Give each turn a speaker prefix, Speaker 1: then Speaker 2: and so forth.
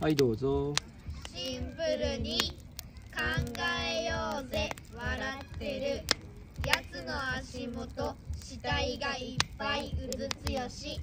Speaker 1: はいどうぞ
Speaker 2: シンプルに考えようぜ笑ってるやつの足元死体がいっぱいうずつよし